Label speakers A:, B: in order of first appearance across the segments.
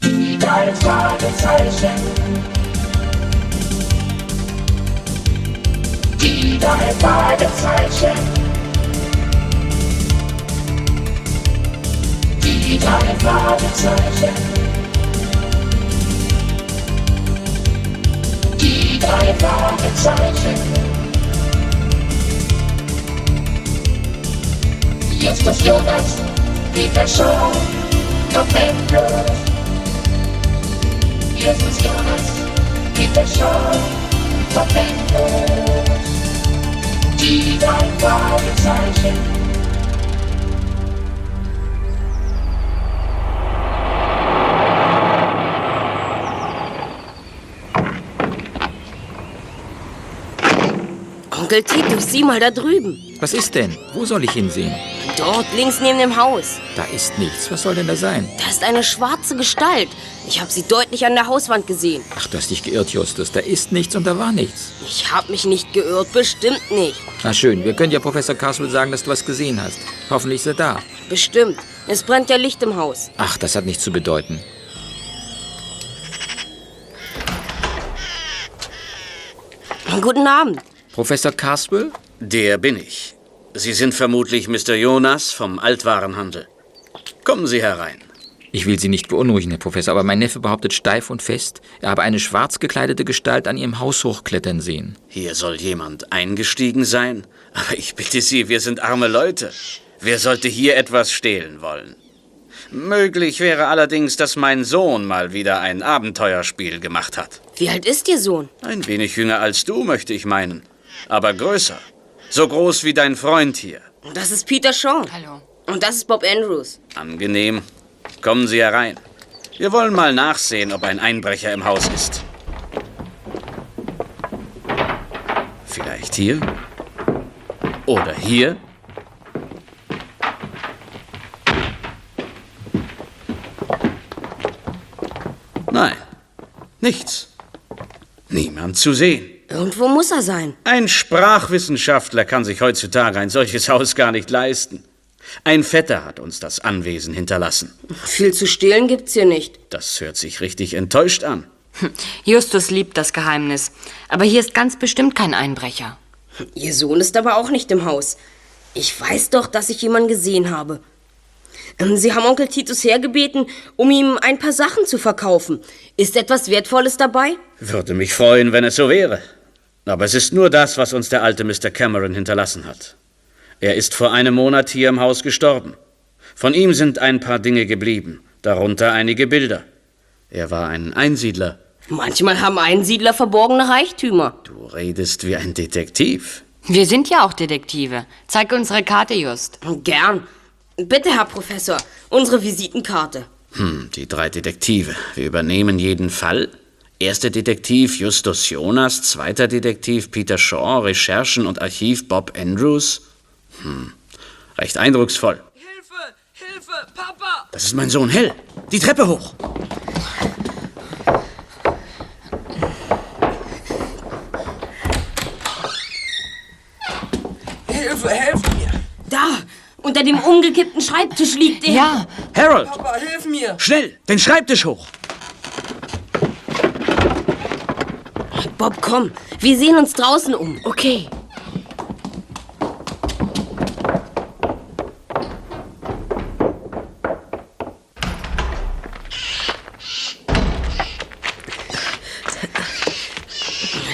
A: Drei Fragezeichen. Die drei Fragezeichen. Die drei Fragezeichen. Die drei Fragezeichen. Jetzt ist Jonas, die Person, kommt mit los. Jetzt ist Jonas, die Person, kommt mit los. Die drei Fragezeichen.
B: Onkel Titus, sieh mal da drüben.
C: Was ist denn? Wo soll ich hinsehen?
B: Dort links neben dem Haus.
C: Da ist nichts. Was soll denn da sein?
B: Da ist eine schwarze Gestalt. Ich habe sie deutlich an der Hauswand gesehen.
C: Ach, du hast dich geirrt, Justus. Da ist nichts und da war nichts.
B: Ich habe mich nicht geirrt, bestimmt nicht.
C: Na schön, wir können ja Professor Caswell sagen, dass du was gesehen hast. Hoffentlich ist er da.
B: Bestimmt. Es brennt ja Licht im Haus.
C: Ach, das hat nichts zu bedeuten.
B: Guten Abend.
C: Professor Caswell?
D: Der bin ich. Sie sind vermutlich Mr. Jonas vom Altwarenhandel. Kommen Sie herein.
C: Ich will Sie nicht beunruhigen, Herr Professor, aber mein Neffe behauptet steif und fest, er habe eine schwarz gekleidete Gestalt an ihrem Haus hochklettern sehen.
D: Hier soll jemand eingestiegen sein. Aber ich bitte Sie, wir sind arme Leute. Wer sollte hier etwas stehlen wollen? Möglich wäre allerdings, dass mein Sohn mal wieder ein Abenteuerspiel gemacht hat.
B: Wie alt ist Ihr Sohn?
D: Ein wenig jünger als du, möchte ich meinen. Aber größer. So groß wie dein Freund hier.
B: Das ist Peter Shaw. Hallo. Und das ist Bob Andrews.
D: Angenehm. Kommen Sie herein. Wir wollen mal nachsehen, ob ein Einbrecher im Haus ist. Vielleicht hier? Oder hier? Nein, nichts. Niemand zu sehen.
B: Irgendwo muss er sein.
D: Ein Sprachwissenschaftler kann sich heutzutage ein solches Haus gar nicht leisten. Ein Vetter hat uns das Anwesen hinterlassen.
B: Viel zu stehlen gibt's hier nicht.
D: Das hört sich richtig enttäuscht an.
E: Justus liebt das Geheimnis. Aber hier ist ganz bestimmt kein Einbrecher.
B: Ihr Sohn ist aber auch nicht im Haus. Ich weiß doch, dass ich jemanden gesehen habe. Ähm, Sie haben Onkel Titus hergebeten, um ihm ein paar Sachen zu verkaufen. Ist etwas Wertvolles dabei?
D: Würde mich freuen, wenn es so wäre. Aber es ist nur das, was uns der alte Mr. Cameron hinterlassen hat. Er ist vor einem Monat hier im Haus gestorben. Von ihm sind ein paar Dinge geblieben, darunter einige Bilder. Er war ein Einsiedler.
B: Manchmal haben Einsiedler verborgene Reichtümer.
D: Du redest wie ein Detektiv.
E: Wir sind ja auch Detektive. Zeig unsere Karte, Just.
B: Gern. Bitte, Herr Professor, unsere Visitenkarte.
D: Hm, die drei Detektive. Wir übernehmen jeden Fall. Erster Detektiv Justus Jonas, zweiter Detektiv Peter Shaw, Recherchen und Archiv Bob Andrews. Hm, recht eindrucksvoll.
F: Hilfe! Hilfe! Papa!
D: Das ist mein Sohn Hell. Die Treppe hoch.
F: Hilfe! Helf mir!
B: Da, unter dem umgekippten Schreibtisch liegt er.
E: Ja,
D: Harold,
F: Papa, hilf mir!
D: schnell, den Schreibtisch hoch.
B: Bob, komm, wir sehen uns draußen um.
G: Okay.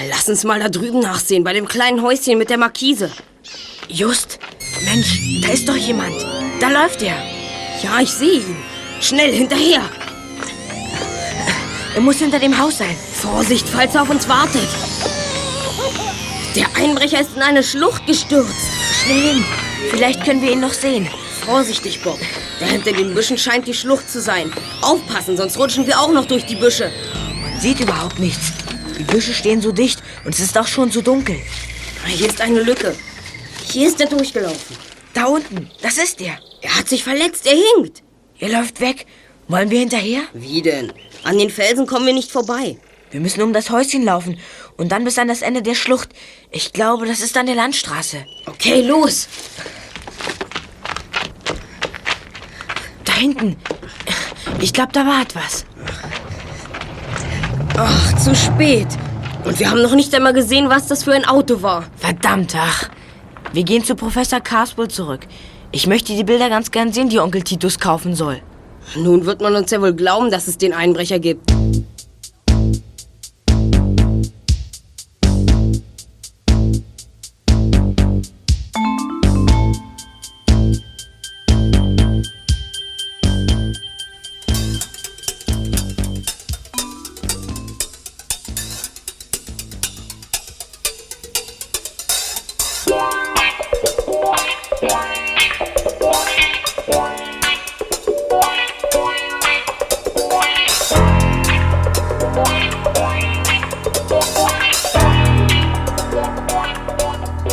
B: Lass uns mal da drüben nachsehen, bei dem kleinen Häuschen mit der Markise.
G: Just, Mensch, da ist doch jemand. Da läuft er.
B: Ja, ich sehe ihn. Schnell hinterher.
G: Er muss hinter dem Haus sein.
B: Vorsicht, falls er auf uns wartet. Der Einbrecher ist in eine Schlucht gestürzt.
G: Schnell hin. Vielleicht können wir ihn noch sehen.
B: Vorsichtig, Bob. Da hinter den Büschen scheint die Schlucht zu sein. Aufpassen, sonst rutschen wir auch noch durch die Büsche.
G: Man sieht überhaupt nichts. Die Büsche stehen so dicht und es ist auch schon so dunkel.
B: Hier ist eine Lücke. Hier ist er durchgelaufen.
G: Da unten, das ist er.
B: Er hat sich verletzt, er hinkt.
G: Er läuft weg. Wollen wir hinterher?
B: Wie denn? An den Felsen kommen wir nicht vorbei.
G: Wir müssen um das Häuschen laufen und dann bis an das Ende der Schlucht. Ich glaube, das ist an der Landstraße.
B: Okay, los.
G: Da hinten. Ich glaube, da war etwas.
B: Ach, zu spät. Und wir haben noch nicht einmal gesehen, was das für ein Auto war.
G: Verdammt, ach. Wir gehen zu Professor Caswell zurück. Ich möchte die Bilder ganz gern sehen, die Onkel Titus kaufen soll.
B: Nun wird man uns ja wohl glauben, dass es den Einbrecher gibt.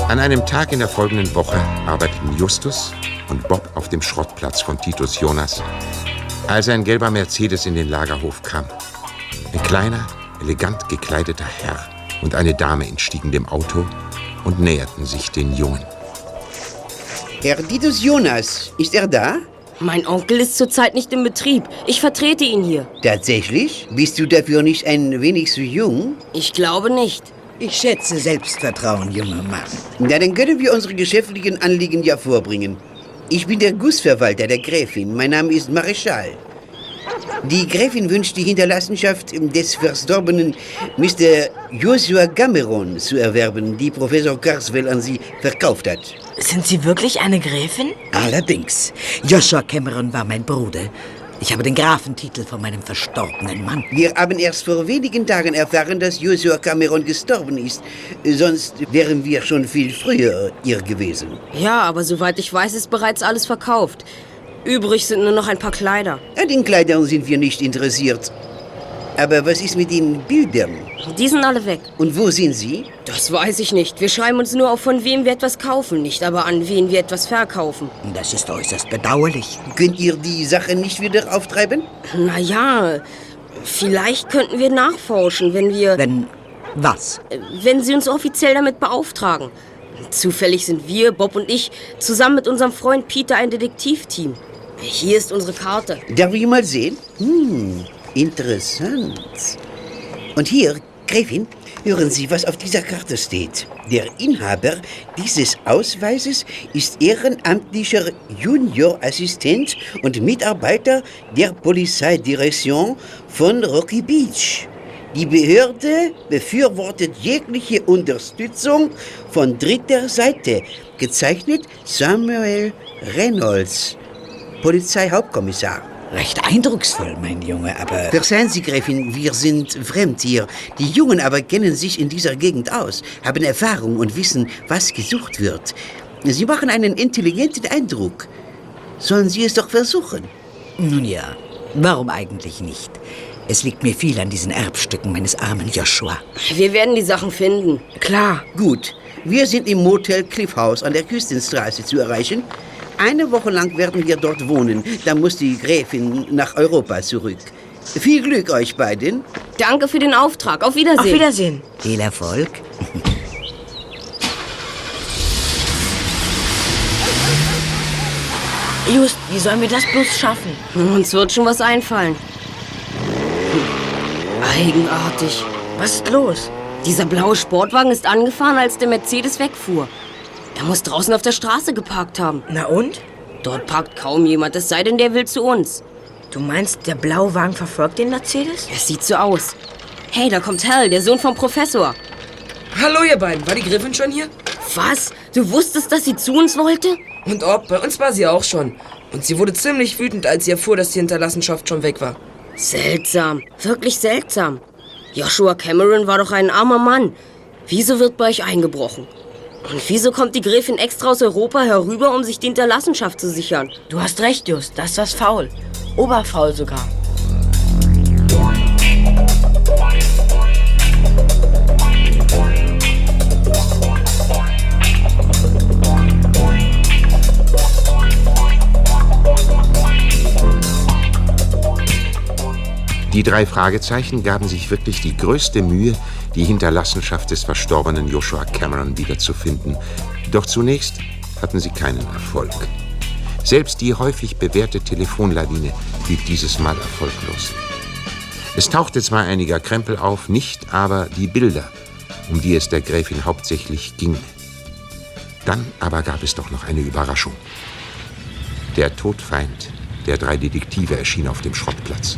H: An einem Tag in der folgenden Woche arbeiteten Justus und Bob auf dem Schrottplatz von Titus Jonas, als ein gelber Mercedes in den Lagerhof kam. Ein kleiner, elegant gekleideter Herr und eine Dame entstiegen dem Auto und näherten sich den Jungen.
I: Herr Titus Jonas, ist er da?
B: Mein Onkel ist zurzeit nicht im Betrieb. Ich vertrete ihn hier.
I: Tatsächlich? Bist du dafür nicht ein wenig zu jung?
B: Ich glaube nicht.
J: Ich schätze Selbstvertrauen, junger Mann.
I: Na, dann können wir unsere geschäftlichen Anliegen ja vorbringen. Ich bin der Gutsverwalter der Gräfin. Mein Name ist Marischal. Die Gräfin wünscht die Hinterlassenschaft des verstorbenen Mr. Joshua Cameron zu erwerben, die Professor Carswell an sie verkauft hat.
G: Sind Sie wirklich eine Gräfin?
J: Allerdings, Joshua Cameron war mein Bruder. Ich habe den Grafentitel von meinem verstorbenen Mann.
I: Wir haben erst vor wenigen Tagen erfahren, dass Joshua Cameron gestorben ist. Sonst wären wir schon viel früher hier gewesen.
B: Ja, aber soweit ich weiß, ist bereits alles verkauft. Übrig sind nur noch ein paar Kleider.
I: An den Kleidern sind wir nicht interessiert. Aber was ist mit den Bildern?
B: Die sind alle weg.
I: Und wo sind sie?
B: Das weiß ich nicht. Wir schreiben uns nur auf, von wem wir etwas kaufen, nicht aber an wen wir etwas verkaufen.
J: Das ist äußerst bedauerlich.
I: Könnt ihr die Sache nicht wieder auftreiben?
B: Naja, vielleicht könnten wir nachforschen, wenn wir. Äh,
J: Wenn was?
B: wenn sie uns offiziell damit beauftragen. Zufällig sind wir, Bob und ich, zusammen mit unserem Freund Peter ein Detektivteam. Hier ist unsere Karte.
I: Darf ich mal sehen? Hm, interessant. Und hier, Gräfin, hören Sie, was auf dieser Karte steht. Der Inhaber dieses Ausweises ist ehrenamtlicher Juniorassistent und Mitarbeiter der Polizeidirektion von Rocky Beach. Die Behörde befürwortet jegliche Unterstützung von dritter Seite. Gezeichnet Samuel Reynolds, Polizeihauptkommissar.
J: Recht eindrucksvoll, mein Junge, aber
I: Verzeihen Sie, Gräfin, wir sind fremd hier. Die Jungen aber kennen sich in dieser Gegend aus, haben Erfahrung und wissen, was gesucht wird. Sie machen einen intelligenten Eindruck. Sollen Sie es doch versuchen?
J: nun ja, warum eigentlich nicht? Es liegt mir viel an diesen Erbstücken meines armen Joshua.
B: Wir werden die Sachen finden. Klar.
I: Gut, wir sind im Motel Cliff House an der Küstenstraße zu erreichen. Eine Woche lang werden wir dort wohnen. Dann muss die Gräfin nach Europa zurück. Viel Glück euch beiden.
B: Danke für den Auftrag. Auf Wiedersehen.
G: Auf Wiedersehen.
J: Viel Erfolg.
G: Just, wie sollen wir das bloß schaffen?
B: Uns wird schon was einfallen. Eigenartig.
G: Was ist los?
B: Dieser blaue Sportwagen ist angefahren, als der Mercedes wegfuhr. Er muss draußen auf der Straße geparkt haben.
G: Na und?
B: Dort parkt kaum jemand, es sei denn, der will zu uns.
G: Du meinst, der blaue Wagen verfolgt den Mercedes?
B: Es sieht so aus. Hey, da kommt Hal, der Sohn vom Professor.
F: Hallo, ihr beiden. War die Griffin schon hier?
B: Was? Du wusstest, dass sie zu uns wollte?
F: Und ob, bei uns war sie auch schon. Und sie wurde ziemlich wütend, als sie erfuhr, dass die Hinterlassenschaft schon weg war.
B: Seltsam, wirklich seltsam. Joshua Cameron war doch ein armer Mann. Wieso wird bei euch eingebrochen? Und wieso kommt die Gräfin extra aus Europa herüber, um sich die Hinterlassenschaft zu sichern?
G: Du hast recht, Just. Das war's faul. Oberfaul sogar.
H: Die drei Fragezeichen gaben sich wirklich die größte Mühe, die Hinterlassenschaft des verstorbenen Joshua Cameron wiederzufinden. Doch zunächst hatten sie keinen Erfolg. Selbst die häufig bewährte Telefonlawine blieb dieses Mal erfolglos. Es tauchte zwar einiger Krempel auf, nicht aber die Bilder, um die es der Gräfin hauptsächlich ging. Dann aber gab es doch noch eine Überraschung. Der Todfeind der drei Detektive erschien auf dem Schrottplatz.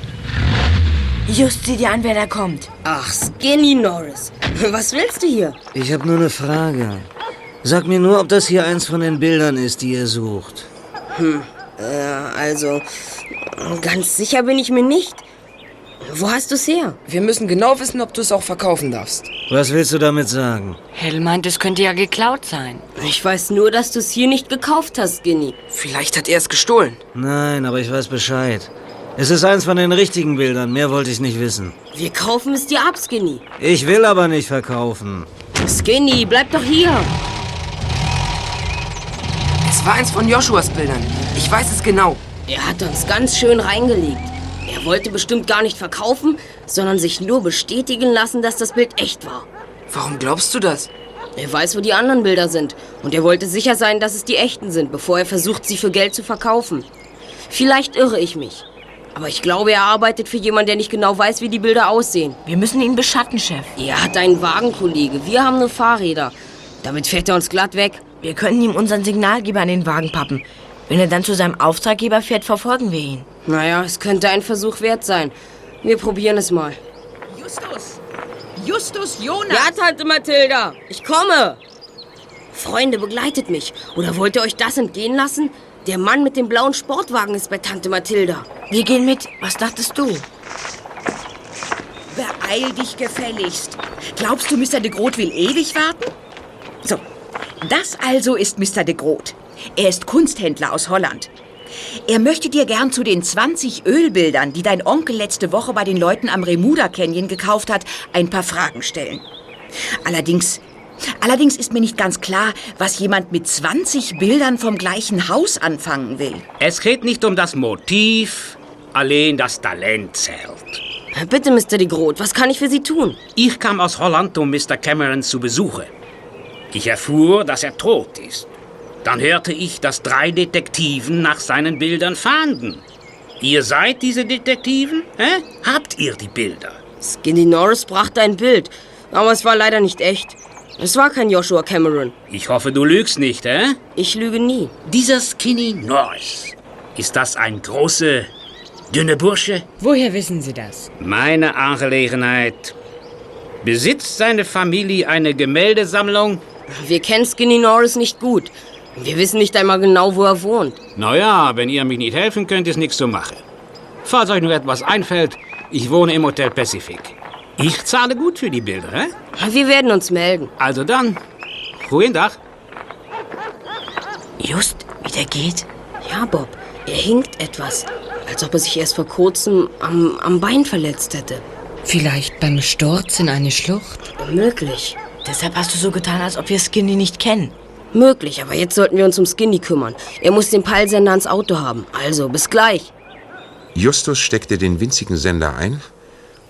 G: Just sieh dir an, wer da kommt.
B: Ach, Skinny Norris. Was willst du hier?
K: Ich habe nur eine Frage. Sag mir nur, ob das hier eins von den Bildern ist, die ihr sucht.
B: Hm, äh, also, ganz sicher bin ich mir nicht. Wo hast du's her?
F: Wir müssen genau wissen, ob du es auch verkaufen darfst.
K: Was willst du damit sagen?
E: Hell meint, es könnte ja geklaut sein.
B: Ich weiß nur, dass du es hier nicht gekauft hast, Skinny.
F: Vielleicht hat er es gestohlen.
K: Nein, aber ich weiß Bescheid. Es ist eins von den richtigen Bildern, mehr wollte ich nicht wissen.
B: Wir kaufen es dir ab, Skinny.
K: Ich will aber nicht verkaufen.
B: Skinny, bleib doch hier.
F: Es war eins von Joshuas Bildern. Ich weiß es genau.
B: Er hat uns ganz schön reingelegt. Er wollte bestimmt gar nicht verkaufen, sondern sich nur bestätigen lassen, dass das Bild echt war.
F: Warum glaubst du das?
B: Er weiß, wo die anderen Bilder sind. Und er wollte sicher sein, dass es die echten sind, bevor er versucht, sie für Geld zu verkaufen. Vielleicht irre ich mich. Aber ich glaube, er arbeitet für jemanden, der nicht genau weiß, wie die Bilder aussehen.
G: Wir müssen ihn beschatten, Chef.
B: Er hat einen Wagenkollege. Wir haben nur Fahrräder. Damit fährt er uns glatt weg.
G: Wir könnten ihm unseren Signalgeber an den Wagen pappen. Wenn er dann zu seinem Auftraggeber fährt, verfolgen wir ihn.
B: Naja, es könnte ein Versuch wert sein. Wir probieren es mal.
L: Justus! Justus Jonas!
B: Ja, Tante Mathilda, ich komme! Freunde, begleitet mich. Oder wollt ihr euch das entgehen lassen? Der Mann mit dem blauen Sportwagen ist bei Tante Mathilda.
G: Wir gehen mit. Was dachtest du?
L: Beeil dich gefälligst. Glaubst du, Mr. de Groot will ewig warten? So, das also ist Mr. de Groot. Er ist Kunsthändler aus Holland. Er möchte dir gern zu den 20 Ölbildern, die dein Onkel letzte Woche bei den Leuten am Remuda Canyon gekauft hat, ein paar Fragen stellen. Allerdings, allerdings ist mir nicht ganz klar, was jemand mit 20 Bildern vom gleichen Haus anfangen will.
M: Es geht nicht um das Motiv, allein das Talent zählt.
B: Bitte, Mr. de Groot, was kann ich für Sie tun?
M: Ich kam aus Holland, um Mr. Cameron zu besuchen. Ich erfuhr, dass er tot ist. Dann hörte ich, dass drei Detektiven nach seinen Bildern fahnden. Ihr seid diese Detektiven? Hä? Habt ihr die Bilder?
B: Skinny Norris brachte ein Bild, aber es war leider nicht echt. Es war kein Joshua Cameron.
M: Ich hoffe, du lügst nicht, hä?
B: Ich lüge nie.
M: Dieser Skinny Norris. Ist das ein großer, dünner Bursche?
N: Woher wissen Sie das?
M: Meine Angelegenheit. Besitzt seine Familie eine Gemäldesammlung?
B: Wir kennen Skinny Norris nicht gut. Wir wissen nicht einmal genau, wo er wohnt.
M: Naja, wenn ihr mich nicht helfen könnt, ist nichts zu machen. Falls euch nur etwas einfällt, ich wohne im Hotel Pacific. Ich zahle gut für die Bilder, hä?
B: Wir werden uns melden.
M: Also dann, ruhigen Tag.
B: Just, wie der geht? Ja, Bob, er hinkt etwas. Als ob er sich erst vor kurzem am, am Bein verletzt hätte.
N: Vielleicht beim Sturz in eine Schlucht?
B: Möglich.
G: Deshalb hast du so getan, als ob wir Skinny nicht kennen.
B: Möglich, aber jetzt sollten wir uns um Skinny kümmern. Er muss den Peilsender ins Auto haben. Also, bis gleich.
H: Justus steckte den winzigen Sender ein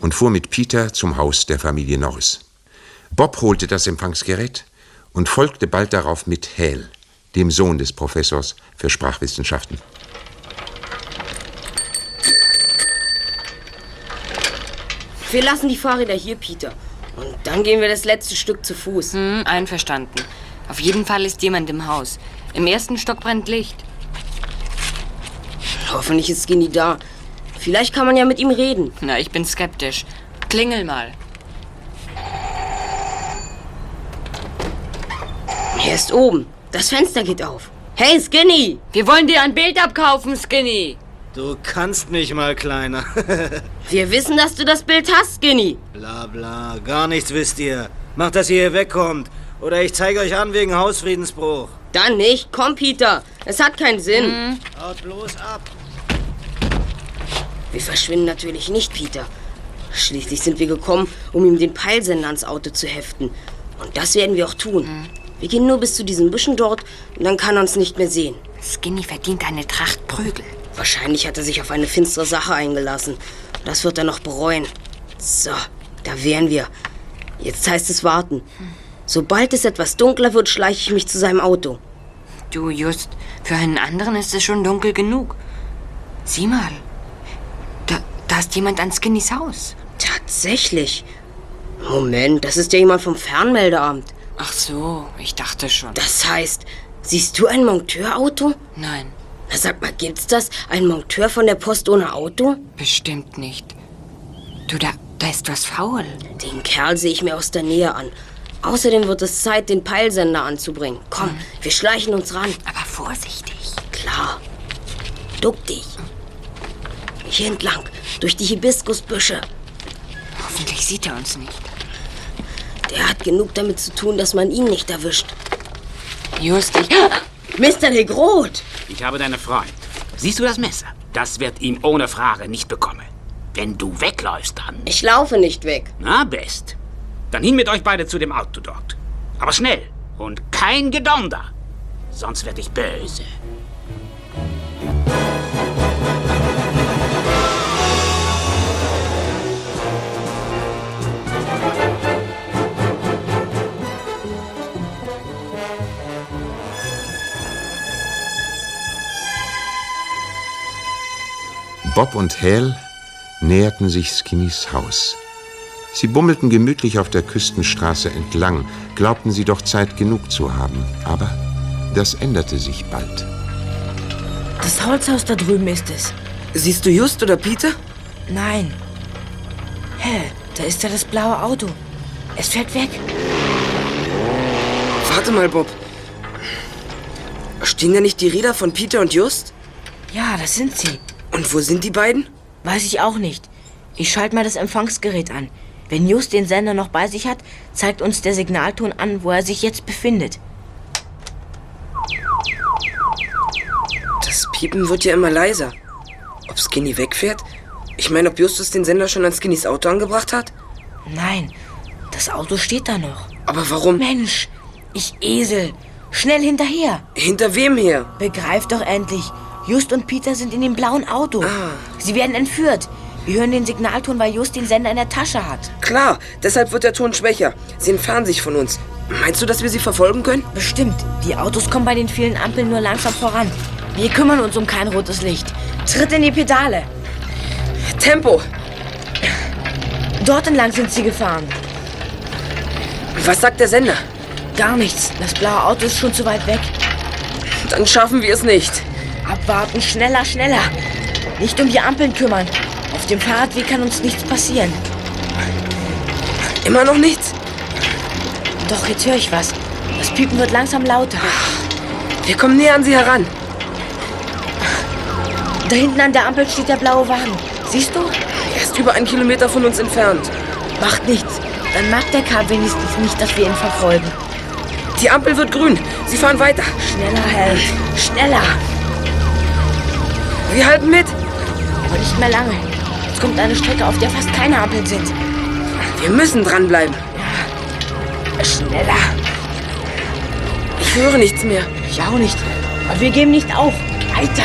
H: und fuhr mit Peter zum Haus der Familie Norris. Bob holte das Empfangsgerät und folgte bald darauf mit Hale, dem Sohn des Professors für Sprachwissenschaften.
B: Wir lassen die Fahrräder hier, Peter. Und dann gehen wir das letzte Stück zu Fuß.
E: Hm, einverstanden. Auf jeden Fall ist jemand im Haus. Im ersten Stock brennt Licht.
B: Hoffentlich ist Skinny da. Vielleicht kann man ja mit ihm reden.
E: Na, ich bin skeptisch. Klingel mal.
B: Er ist oben. Das Fenster geht auf. Hey, Skinny!
E: Wir wollen dir ein Bild abkaufen, Skinny!
K: Du kannst mich mal, Kleiner.
B: Wir wissen, dass du das Bild hast, Skinny.
K: Bla bla, gar nichts wisst ihr. Macht, dass ihr hier wegkommt. Oder ich zeige euch an wegen Hausfriedensbruch.
B: Dann nicht. Komm, Peter. Es hat keinen Sinn. Mhm.
K: Haut bloß ab.
B: Wir verschwinden natürlich nicht, Peter. Schließlich sind wir gekommen, um ihm den Peilsender ans Auto zu heften. Und das werden wir auch tun. Mhm. Wir gehen nur bis zu diesen Büschen dort und dann kann er uns nicht mehr sehen.
E: Skinny verdient eine Tracht Prügel.
B: Wahrscheinlich hat er sich auf eine finstere Sache eingelassen. Das wird er noch bereuen. So, da wären wir. Jetzt heißt es warten.
E: Hm.
B: Mhm. Sobald es etwas dunkler wird, schleiche ich mich zu seinem Auto.
E: Du, Just, für einen anderen ist es schon dunkel genug. Sieh mal. Da, Da ist jemand an Skinnys Haus.
B: Tatsächlich. Moment, Oh das ist ja jemand vom Fernmeldeamt.
E: Ach so, ich dachte schon.
B: Das heißt, siehst du ein Monteurauto?
E: Nein.
B: Na sag mal, gibt's das? Ein Monteur von der Post ohne Auto?
E: Bestimmt nicht. Du, da, da ist was faul.
B: Den Kerl sehe ich mir aus der Nähe an. Außerdem wird es Zeit, den Peilsender anzubringen. Komm, wir schleichen uns ran.
E: Mhm. Aber vorsichtig.
B: Klar. Duck dich. Hier entlang, durch die Hibiskusbüsche.
E: Hoffentlich sieht er uns nicht.
B: Der hat genug damit zu tun, dass man ihn nicht erwischt.
E: Just, ich...
B: Mr. Negrot!
M: Ich habe deine Freund. Siehst du das Messer? Das wird ihm ohne Frage nicht bekommen. Wenn du wegläufst, dann.
B: Ich laufe nicht weg.
M: Na, best. Dann hin mit euch beide zu dem Auto dort. Aber schnell und kein Gedonder. Sonst werd ich böse.
H: Bob und Hal näherten sich Skinnys Haus. Sie bummelten gemütlich auf der Küstenstraße entlang, glaubten sie doch Zeit genug zu haben. Aber das änderte sich bald.
G: Das Holzhaus da drüben ist es.
F: Siehst du Just oder Peter?
G: Nein. Hä, da ist ja das blaue Auto. Es fährt weg.
F: Warte mal, Bob. Stehen da nicht die Räder von Peter und Just?
G: Ja, das sind sie.
F: Und wo sind die beiden?
G: Weiß ich auch nicht. Ich schalte mal das Empfangsgerät an. Wenn Just den Sender noch bei sich hat, zeigt uns der Signalton an, wo er sich jetzt befindet.
F: Das Piepen wird ja immer leiser. Ob Skinny wegfährt? Ich meine, ob Justus den Sender schon an Skinnys Auto angebracht hat?
G: Nein, das Auto steht da noch.
F: Aber warum?
G: Mensch, ich Esel. Schnell hinterher.
F: Hinter wem her?
G: Begreif doch endlich. Just und Peter sind in dem blauen Auto.
F: Ah.
G: Sie werden entführt. Wir hören den Signalton, weil Just den Sender in der Tasche hat.
F: Klar, deshalb wird der Ton schwächer. Sie entfernen sich von uns. Meinst du, dass wir sie verfolgen können?
G: Bestimmt. Die Autos kommen bei den vielen Ampeln nur langsam voran. Wir kümmern uns um kein rotes Licht. Tritt in die Pedale.
F: Tempo!
G: Dort entlang sind sie gefahren.
F: Was sagt der Sender?
G: Gar nichts. Das blaue Auto ist schon zu weit weg.
F: Dann schaffen wir es nicht.
G: Abwarten, schneller, schneller. Nicht um die Ampeln kümmern. Auf dem Fahrradweg kann uns nichts passieren.
F: Immer noch nichts?
G: Doch, jetzt höre ich was. Das Piepen wird langsam lauter.
F: Wir kommen näher an sie heran.
G: Da hinten an der Ampel steht der blaue Wagen. Siehst du?
F: Er ist über einen Kilometer von uns entfernt.
G: Macht nichts. Dann mag der Karl wenigstens nicht, dass wir ihn verfolgen.
F: Die Ampel wird grün. Sie fahren weiter.
G: Schneller, Held. Schneller.
F: Wir halten mit.
G: Aber nicht mehr lange. Jetzt kommt eine Strecke, auf der fast keine Ampeln sind.
F: Wir müssen dranbleiben.
G: Ja. Schneller.
F: Ich höre nichts mehr.
G: Ich auch nicht. Aber wir geben nicht auf. Weiter.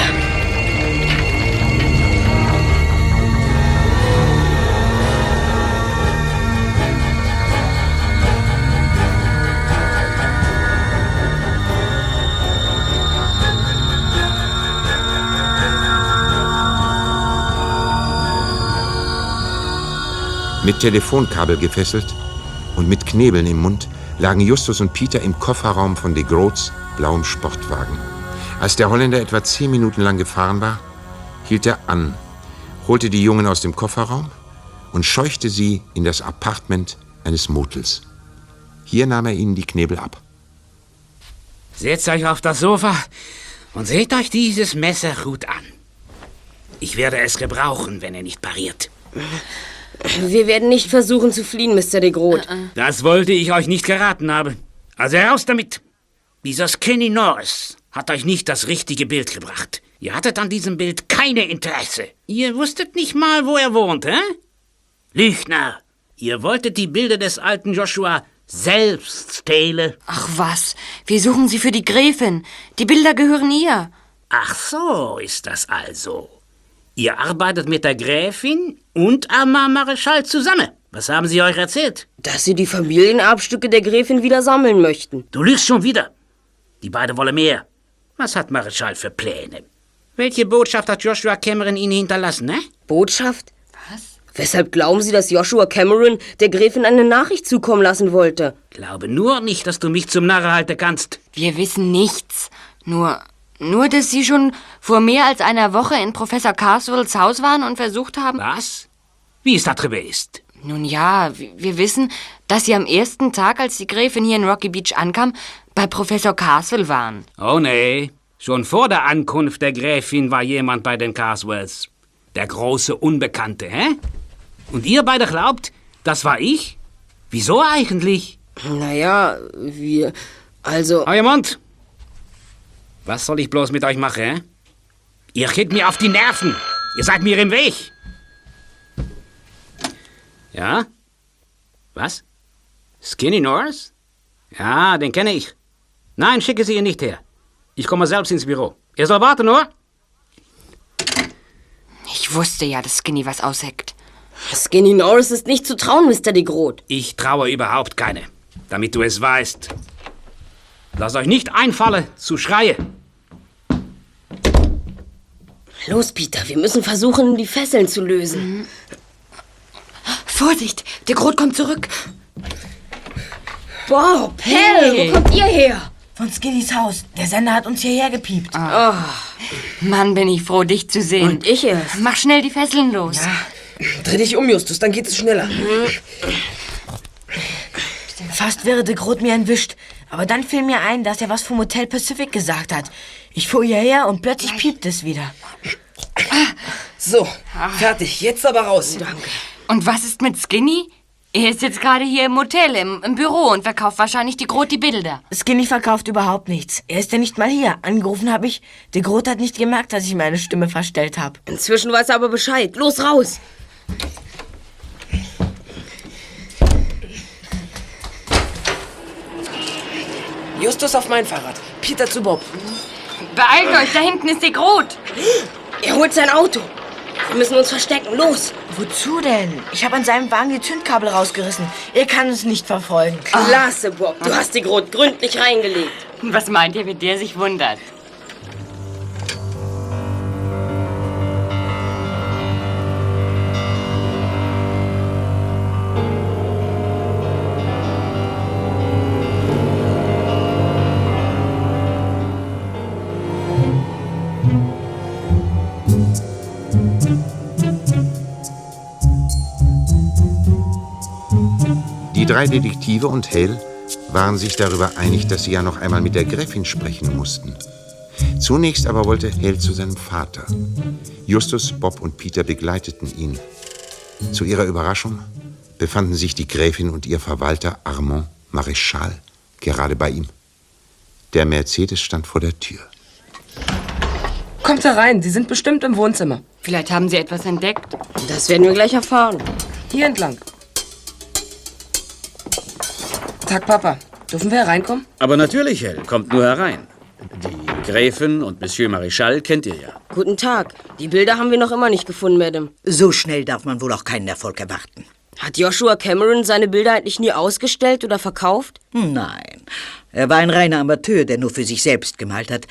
H: Mit Telefonkabel gefesselt und mit Knebeln im Mund lagen Justus und Peter im Kofferraum von de Groats blauem Sportwagen. Als der Holländer etwa zehn Minuten lang gefahren war, hielt er an, holte die Jungen aus dem Kofferraum und scheuchte sie in das Apartment eines Motels. Hier nahm er ihnen die Knebel ab.
M: Setzt euch auf das Sofa und seht euch dieses Messer gut an. Ich werde es gebrauchen, wenn ihr nicht pariert.
B: Wir werden nicht versuchen zu fliehen, Mr. de
E: Äh,
B: Groot.
M: Das wollte ich euch nicht geraten haben. Also heraus damit! Dieser Skinny Norris hat euch nicht das richtige Bild gebracht. Ihr hattet an diesem Bild keine Interesse. Ihr wusstet nicht mal, wo er wohnt, hä? Lüchner! Ihr wolltet die Bilder des alten Joshua selbst stehlen.
E: Ach was, wir suchen sie für die Gräfin. Die Bilder gehören ihr.
M: Ach so, ist das also. Ihr arbeitet mit der Gräfin und Armand Maréchal zusammen. Was haben sie euch erzählt?
B: Dass sie die Familienerbstücke der Gräfin wieder sammeln möchten.
M: Du lügst schon wieder. Die beiden wollen mehr. Was hat Maréchal für Pläne? Welche Botschaft hat Joshua Cameron Ihnen hinterlassen, ne?
B: Botschaft? Weshalb glauben Sie, dass Joshua Cameron der Gräfin eine Nachricht zukommen lassen wollte?
M: Glaube nur nicht, dass du mich zum Narre halten kannst.
E: Wir wissen nichts. Nur, nur, dass Sie schon vor mehr als einer Woche in Professor Carswells Haus waren und versucht haben.
M: Was? Wie es da drüben ist.
E: Nun ja, w- wir wissen, dass Sie am ersten Tag, als die Gräfin hier in Rocky Beach ankam, bei Professor Carswell waren.
M: Oh nee, schon vor der Ankunft der Gräfin war jemand bei den Carswells. Der große Unbekannte, hä? Und ihr beide glaubt, das war ich? Wieso eigentlich?
B: Naja, wir. Also.
M: Euer Mund! Was soll ich bloß mit euch machen, hä? Ihr geht mir auf die Nerven! Ihr seid mir im Weg! Ja? Was? Skinny Norris? Ja, den kenne ich. Nein, schicke sie ihr nicht her. Ich komme selbst ins Büro. Ihr soll warten, oder?
E: Ich wusste ja, dass Skinny was ausheckt.
B: Skinny Norris ist nicht zu trauen, Mr. DeGroot.
M: Ich traue überhaupt keine. Damit du es weißt. Lasst euch nicht einfallen zu schreien.
B: Los, Peter, wir müssen versuchen, die Fesseln zu lösen.
E: Vorsicht, der Grot kommt zurück.
B: Bob,
G: hey, wo kommt
B: ihr her?
G: Von Skinnys Haus. Der Sender hat uns hierher gepiept. Ah.
E: Mann, bin ich froh, dich zu sehen. Und
B: ich erst.
E: Mach schnell die Fesseln los.
F: Dreh dich um, Justus, dann geht es schneller.
G: Fast wäre de Groot mir entwischt. Aber dann fiel mir ein, dass er was vom Hotel Pacific gesagt hat. Ich fuhr hierher und plötzlich piept es wieder.
F: So, fertig. Jetzt aber raus.
E: Und was ist mit Skinny? Er ist jetzt gerade hier im Hotel, im, im Büro und verkauft wahrscheinlich die Grot die Bilder.
G: Skinny verkauft überhaupt nichts. Er ist ja nicht mal hier. Angerufen habe ich. De Groot hat nicht gemerkt, dass ich meine Stimme verstellt habe.
B: Inzwischen weiß er aber Bescheid. Los, raus!
F: Justus auf mein Fahrrad. Peter zu Bob.
E: Beeilt euch, da hinten ist der Grot.
B: Er holt sein Auto. Wir müssen uns verstecken. Los!
G: Wozu denn? Ich habe an seinem Wagen die Zündkabel rausgerissen. Er kann uns nicht verfolgen.
B: Klasse, Bob. Du hast die Grund gründlich reingelegt.
E: Was meint ihr, wie der sich wundert?
H: Die drei Detektive und Hale waren sich darüber einig, dass sie ja noch einmal mit der Gräfin sprechen mussten. Zunächst aber wollte Hale zu seinem Vater. Justus, Bob und Peter begleiteten ihn. Zu ihrer Überraschung befanden sich die Gräfin und ihr Verwalter Armand Maréchal gerade bei ihm. Der Mercedes stand vor der Tür.
F: Kommt herein. Sie sind bestimmt im Wohnzimmer.
E: Vielleicht haben sie etwas entdeckt.
B: Das werden wir gleich erfahren.
F: Hier entlang. Tag, Papa. Dürfen wir hereinkommen?
D: Aber natürlich, Hell, kommt nur herein. Die Gräfin und Monsieur Marischal kennt ihr ja.
B: Guten Tag. Die Bilder haben wir noch immer nicht gefunden, Madame.
J: So schnell darf man wohl auch keinen Erfolg erwarten.
B: Hat Joshua Cameron seine Bilder eigentlich nie ausgestellt oder verkauft?
J: Nein. Er war ein reiner Amateur, der nur für sich selbst gemalt hat.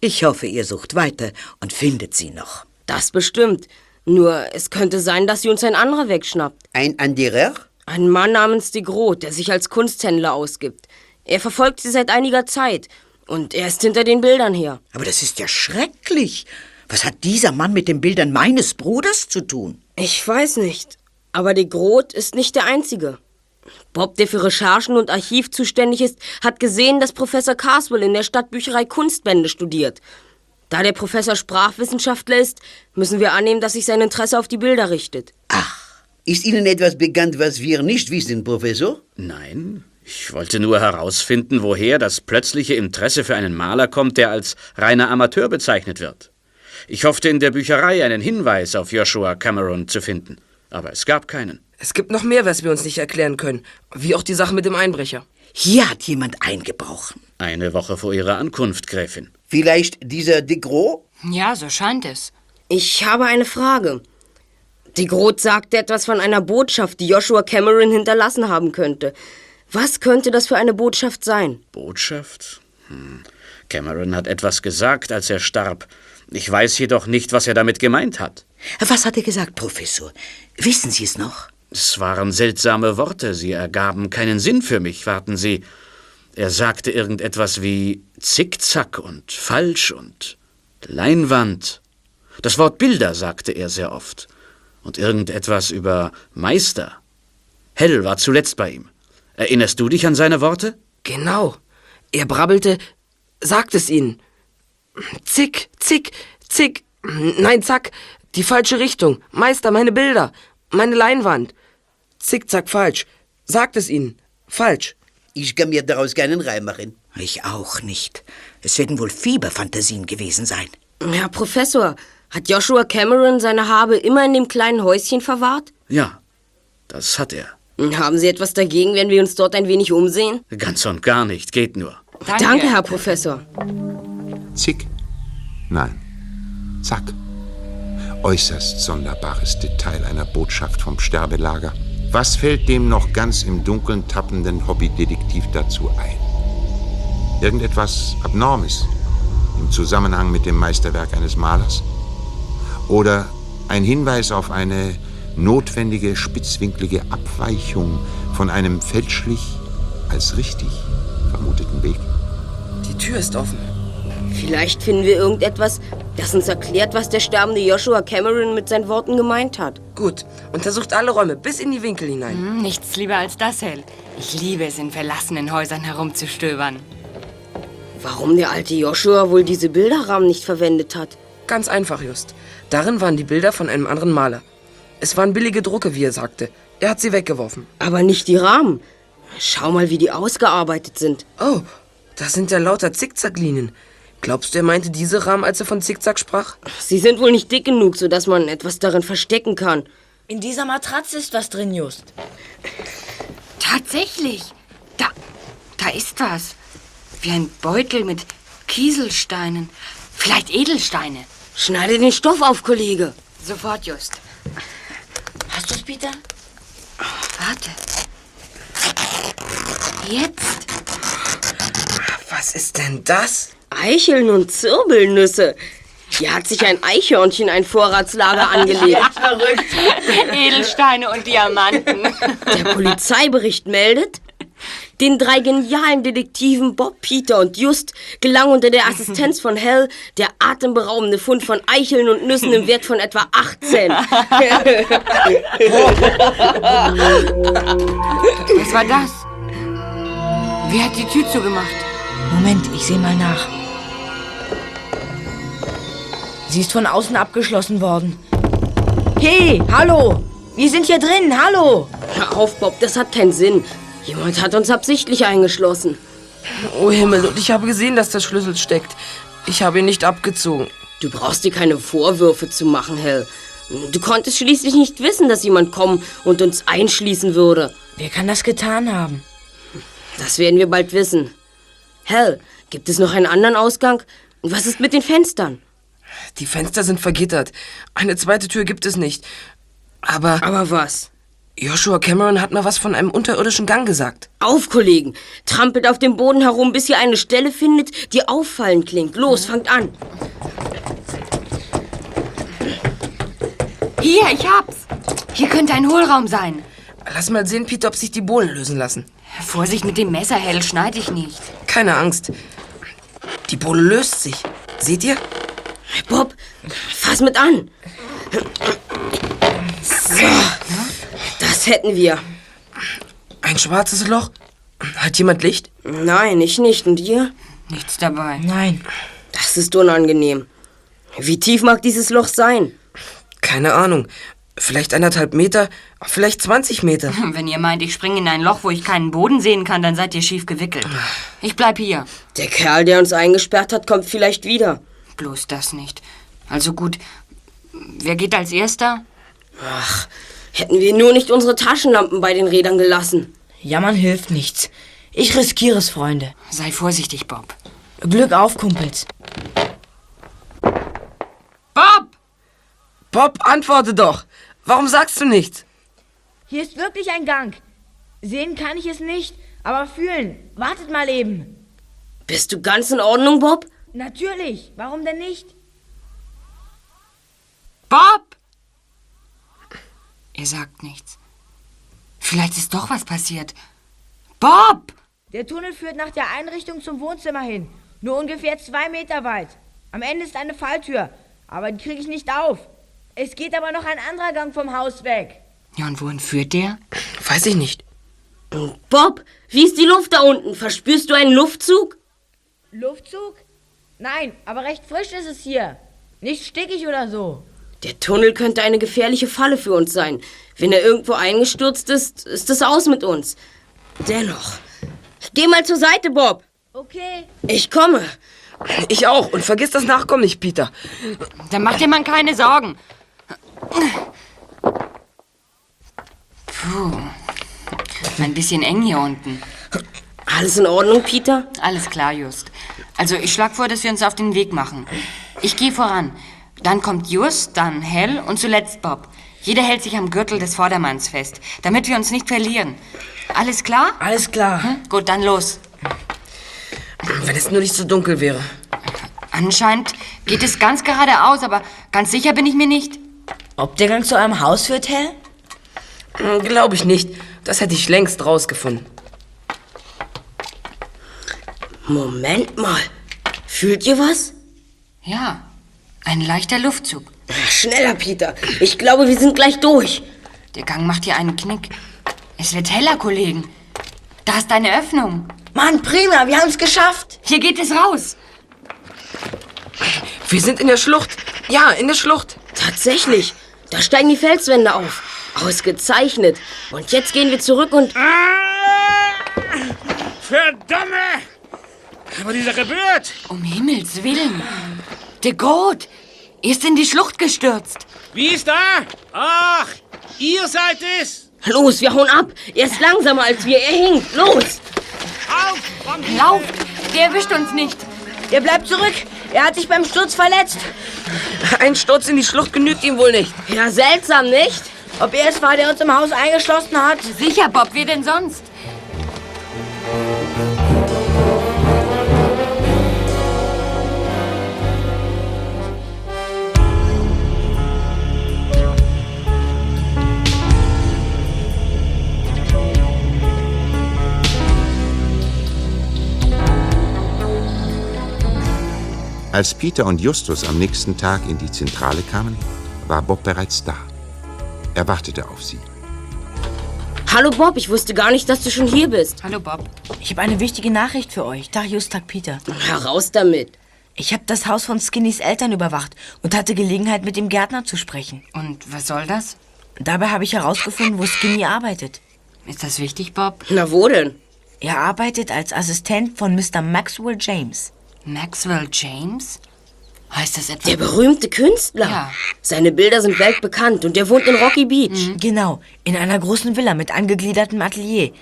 J: Ich hoffe, ihr sucht weiter und findet sie noch.
B: Das bestimmt. Nur, es könnte sein, dass sie uns ein anderer wegschnappt.
I: Ein anderer?
B: Ein Mann namens De Groot, der sich als Kunsthändler ausgibt. Er verfolgt sie seit einiger Zeit. Und er ist hinter den Bildern her.
J: Aber das ist ja schrecklich. Was hat dieser Mann mit den Bildern meines Bruders zu tun?
B: Ich weiß nicht. Aber De Groot ist nicht der Einzige. Bob, der für Recherchen und Archiv zuständig ist, hat gesehen, dass Professor Carswell in der Stadtbücherei Kunstbände studiert. Da der Professor Sprachwissenschaftler ist, müssen wir annehmen, dass sich sein Interesse auf die Bilder richtet.
I: Ist Ihnen etwas bekannt, was wir nicht wissen, Professor?
D: Nein, ich wollte nur herausfinden, woher das plötzliche Interesse für einen Maler kommt, der als reiner Amateur bezeichnet wird. Ich hoffte in der Bücherei einen Hinweis auf Joshua Cameron zu finden, aber es gab keinen.
F: Es gibt noch mehr, was wir uns nicht erklären können. Wie auch die Sache mit dem Einbrecher.
J: Hier hat jemand eingebrochen.
D: Eine Woche vor ihrer Ankunft, Gräfin.
I: Vielleicht dieser De Gros?
E: Ja, so scheint es.
B: Ich habe eine Frage. Die Groth sagte etwas von einer Botschaft, die Joshua Cameron hinterlassen haben könnte. Was könnte das für eine Botschaft sein?
D: Botschaft? Hm. Cameron hat etwas gesagt, als er starb. Ich weiß jedoch nicht, was er damit gemeint hat.
J: Was hat er gesagt, Professor? Wissen Sie es noch?
D: Es waren seltsame Worte, sie ergaben keinen Sinn für mich, warten Sie. Er sagte irgendetwas wie Zickzack und falsch und Leinwand. Das Wort Bilder sagte er sehr oft. Und irgendetwas über Meister. Hell war zuletzt bei ihm. Erinnerst du dich an seine Worte?
F: Genau. Er brabbelte, sagt es ihnen. Zick, zick, zick. Nein, zack. Die falsche Richtung. Meister, meine Bilder. Meine Leinwand. Zick, zack, falsch. Sagt es ihnen. Falsch.
I: Ich kann mir daraus keinen Reim machen.
J: Ich auch nicht. Es werden wohl Fieberfantasien gewesen sein.
B: Herr Professor, hat Joshua Cameron seine Habe immer in dem kleinen Häuschen verwahrt?
D: Ja, das hat er.
B: Haben Sie etwas dagegen, wenn wir uns dort ein wenig umsehen?
D: Ganz und gar nicht, geht nur.
B: Danke, Herr Professor.
H: Zick. Nein. Zack. Äußerst sonderbares Detail einer Botschaft vom Sterbelager. Was fällt dem noch ganz im Dunkeln tappenden Hobbydetektiv dazu ein? Irgendetwas Abnormes im Zusammenhang mit dem Meisterwerk eines Malers? Oder ein Hinweis auf eine notwendige spitzwinklige Abweichung von einem fälschlich als richtig vermuteten Weg?
F: Die Tür ist offen.
B: Vielleicht finden wir irgendetwas, das uns erklärt, was der sterbende Joshua Cameron mit seinen Worten gemeint hat.
F: Gut, untersucht alle Räume bis in die Winkel hinein.
E: Hm, nichts lieber als das, Hell. Ich liebe es, in verlassenen Häusern herumzustöbern.
B: Warum der alte Joshua wohl diese Bilderrahmen nicht verwendet hat?
F: Ganz einfach, Just. Darin waren die Bilder von einem anderen Maler. Es waren billige Drucke, wie er sagte. Er hat sie weggeworfen.
B: Aber nicht die Rahmen. Schau mal, wie die ausgearbeitet sind.
F: Oh, das sind ja lauter Zickzacklinien. Glaubst du, er meinte diese Rahmen, als er von Zickzack sprach?
B: Sie sind wohl nicht dick genug, sodass man etwas darin verstecken kann.
G: In dieser Matratze ist was drin, Just.
E: Tatsächlich. Da, da ist was. Wie ein Beutel mit Kieselsteinen. Vielleicht Edelsteine.
B: Schneide den Stoff auf, Kollege.
E: Sofort, Just. Hast du's, Peter? Warte. Jetzt.
F: Was ist denn das?
B: Eicheln und Zirbelnüsse. Hier hat sich ein Eichhörnchen ein Vorratslager angelegt.
E: Verrückt. Edelsteine und Diamanten.
B: Der Polizeibericht meldet, den drei genialen Detektiven Bob, Peter und Just gelang unter der Assistenz von Hell der atemberaubende Fund von Eicheln und Nüssen im Wert von etwa 18.
E: Was war das? Wer hat die Tür zugemacht?
G: Moment, ich sehe mal nach. Sie ist von außen abgeschlossen worden. Hey, hallo! Wir sind hier drin, hallo!
B: Hör auf, Bob, das hat keinen Sinn. Jemand hat uns absichtlich eingeschlossen.
F: Oh Himmel, und ich habe gesehen, dass der Schlüssel steckt. Ich habe ihn nicht abgezogen.
B: Du brauchst dir keine Vorwürfe zu machen, Hell. Du konntest schließlich nicht wissen, dass jemand kommen und uns einschließen würde.
G: Wer kann das getan haben?
B: Das werden wir bald wissen. Hell, gibt es noch einen anderen Ausgang? Und Was ist mit den Fenstern?
F: Die Fenster sind vergittert. Eine zweite Tür gibt es nicht. Aber
B: Aber was?
F: Joshua Cameron hat mal was von einem unterirdischen Gang gesagt.
B: Auf, Kollegen! Trampelt auf dem Boden herum, bis ihr eine Stelle findet, die auffallend klingt. Los, fangt an!
E: Hier, ich hab's. Hier könnte ein Hohlraum sein.
F: Lass mal sehen, Peter, ob sich die Bohlen lösen lassen.
E: Vorsicht mit dem Messer, Hell, schneide ich nicht.
F: Keine Angst. Die Bohle löst sich. Seht ihr?
B: Bob, fass mit an! So, das hätten wir.
F: Ein schwarzes Loch. Hat jemand Licht?
B: Nein, ich nicht. Und ihr?
E: Nichts dabei.
G: Nein.
B: Das ist unangenehm. Wie tief mag dieses Loch sein?
F: Keine Ahnung. Vielleicht anderthalb Meter, vielleicht 20 Meter.
E: Wenn ihr meint, ich springe in ein Loch, wo ich keinen Boden sehen kann, dann seid ihr schief gewickelt. Ich bleib hier.
B: Der Kerl, der uns eingesperrt hat, kommt vielleicht wieder.
E: Bloß das nicht. Also gut, wer geht als erster?
B: Ach, hätten wir nur nicht unsere Taschenlampen bei den Rädern gelassen.
G: Jammern hilft nichts. Ich riskiere es, Freunde.
E: Sei vorsichtig, Bob.
G: Glück auf, Kumpels.
E: Bob!
F: Bob, antworte doch. Warum sagst du nichts?
O: Hier ist wirklich ein Gang. Sehen kann ich es nicht, aber fühlen. Wartet mal eben.
B: Bist du ganz in Ordnung, Bob?
O: Natürlich, warum denn nicht?
E: Bob! Er sagt nichts. Vielleicht ist doch was passiert. Bob!
O: Der Tunnel führt nach der Einrichtung zum Wohnzimmer hin. Nur ungefähr zwei Meter weit. Am Ende ist eine Falltür. Aber die kriege ich nicht auf. Es geht aber noch ein anderer Gang vom Haus weg.
E: Ja, und wohin führt der?
F: Weiß ich nicht.
B: Bob, wie ist die Luft da unten? Verspürst du einen Luftzug?
O: Luftzug? Nein, aber recht frisch ist es hier. Nicht stickig oder so.
B: Der Tunnel könnte eine gefährliche Falle für uns sein. Wenn er irgendwo eingestürzt ist, ist es aus mit uns. Dennoch. Geh mal zur Seite, Bob.
O: Okay.
B: Ich komme.
F: Ich auch. Und vergiss das Nachkommen nicht, Peter.
E: Dann mach dir mal keine Sorgen. Puh. Ein bisschen eng hier unten.
B: Alles in Ordnung, Peter?
E: Alles klar, Just. Also, ich schlage vor, dass wir uns auf den Weg machen. Ich gehe voran. Dann kommt Just, dann Hell und zuletzt Bob. Jeder hält sich am Gürtel des Vordermanns fest, damit wir uns nicht verlieren. Alles klar?
F: Alles klar.
E: Hm? Gut, dann los.
F: Wenn es nur nicht so dunkel wäre.
E: Anscheinend geht es ganz geradeaus, aber ganz sicher bin ich mir nicht.
G: Ob der Gang zu einem Haus führt, Hell?
F: Glaube Hm, ich nicht. Das hätte ich längst rausgefunden.
B: Moment mal. Fühlt ihr was?
E: Ja, ein leichter Luftzug.
B: Schneller, Peter. Ich glaube, wir sind gleich durch.
E: Der Gang macht hier einen Knick. Es wird heller, Kollegen. Da ist eine Öffnung.
G: Mann, prima, wir haben es geschafft.
E: Hier geht es raus.
F: Wir sind in der Schlucht. Ja, in der Schlucht.
B: Tatsächlich. Da steigen die Felswände auf. Ausgezeichnet. Und jetzt gehen wir zurück und.
M: Ah! Verdamme! Aber die Sache wird!
E: Um Himmels Willen. Der Gott ist in die Schlucht gestürzt.
M: Wie ist da? Ach, ihr seid es!
B: Los, wir hauen ab. Er ist langsamer als wir. Er hinkt. Los!
M: Auf!
E: Lauf! Der erwischt uns nicht.
G: Der bleibt zurück. Er hat sich beim Sturz verletzt.
F: Ein Sturz in die Schlucht genügt ihm wohl nicht.
B: Ja, seltsam, nicht?
G: Ob er es war, der uns im Haus eingeschlossen hat?
E: Sicher, Bob, wer denn sonst?
H: Als Peter und Justus am nächsten Tag in die Zentrale kamen, war Bob bereits da. Er wartete auf sie.
B: Hallo, Bob. Ich wusste gar nicht, dass du schon hier bist.
E: Hallo, Bob.
G: Ich habe eine wichtige Nachricht für euch. Tag Just, Tag Peter.
B: Heraus damit.
G: Ich habe das Haus von Skinnys Eltern überwacht und hatte Gelegenheit, mit dem Gärtner zu sprechen.
E: Und was soll das?
G: Dabei habe ich herausgefunden, wo Skinny arbeitet.
E: Ist das wichtig, Bob?
B: Na, wo denn?
G: Er arbeitet als Assistent von Mr. Maxwell James.
E: Maxwell James? Heißt das etwa?
B: Der berühmte Künstler.
E: Ja.
B: Seine Bilder sind weltbekannt und er wohnt in Rocky Beach.
G: Genau, in einer großen Villa mit angegliedertem Atelier.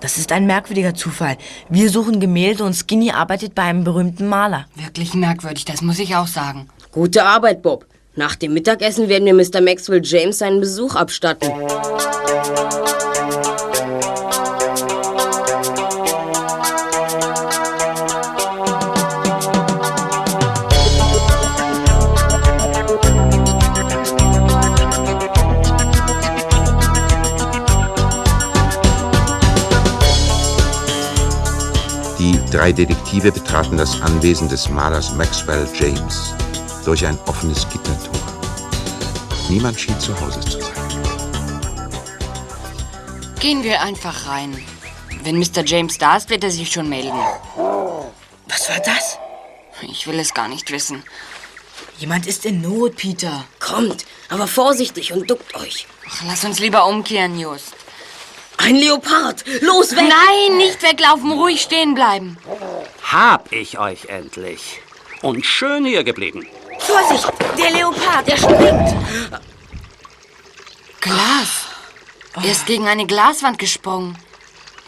G: Das ist ein merkwürdiger Zufall. Wir suchen Gemälde und Skinny arbeitet bei einem berühmten Maler.
E: Wirklich merkwürdig, das muss ich auch sagen.
B: Gute Arbeit, Bob. Nach dem Mittagessen werden wir Mr. Maxwell James seinen Besuch abstatten.
H: Die drei Detektive betraten das Anwesen des Malers Maxwell James durch ein offenes Gittertor. Niemand schien zu Hause zu sein.
E: Gehen wir einfach rein. Wenn Mr. James da ist, wird er sich schon melden.
G: Was war das?
E: Ich will es gar nicht wissen.
G: Jemand ist in Not, Peter.
B: Kommt, aber vorsichtig und duckt euch.
E: Ach, lass uns lieber umkehren, Just.
B: Ein Leopard! Los, weg!
E: Nein, nicht weglaufen, ruhig stehen bleiben.
M: Hab ich euch endlich. Und schön hier geblieben.
G: Vorsicht, der Leopard, der springt.
E: Glas. Er ist gegen eine Glaswand gesprungen.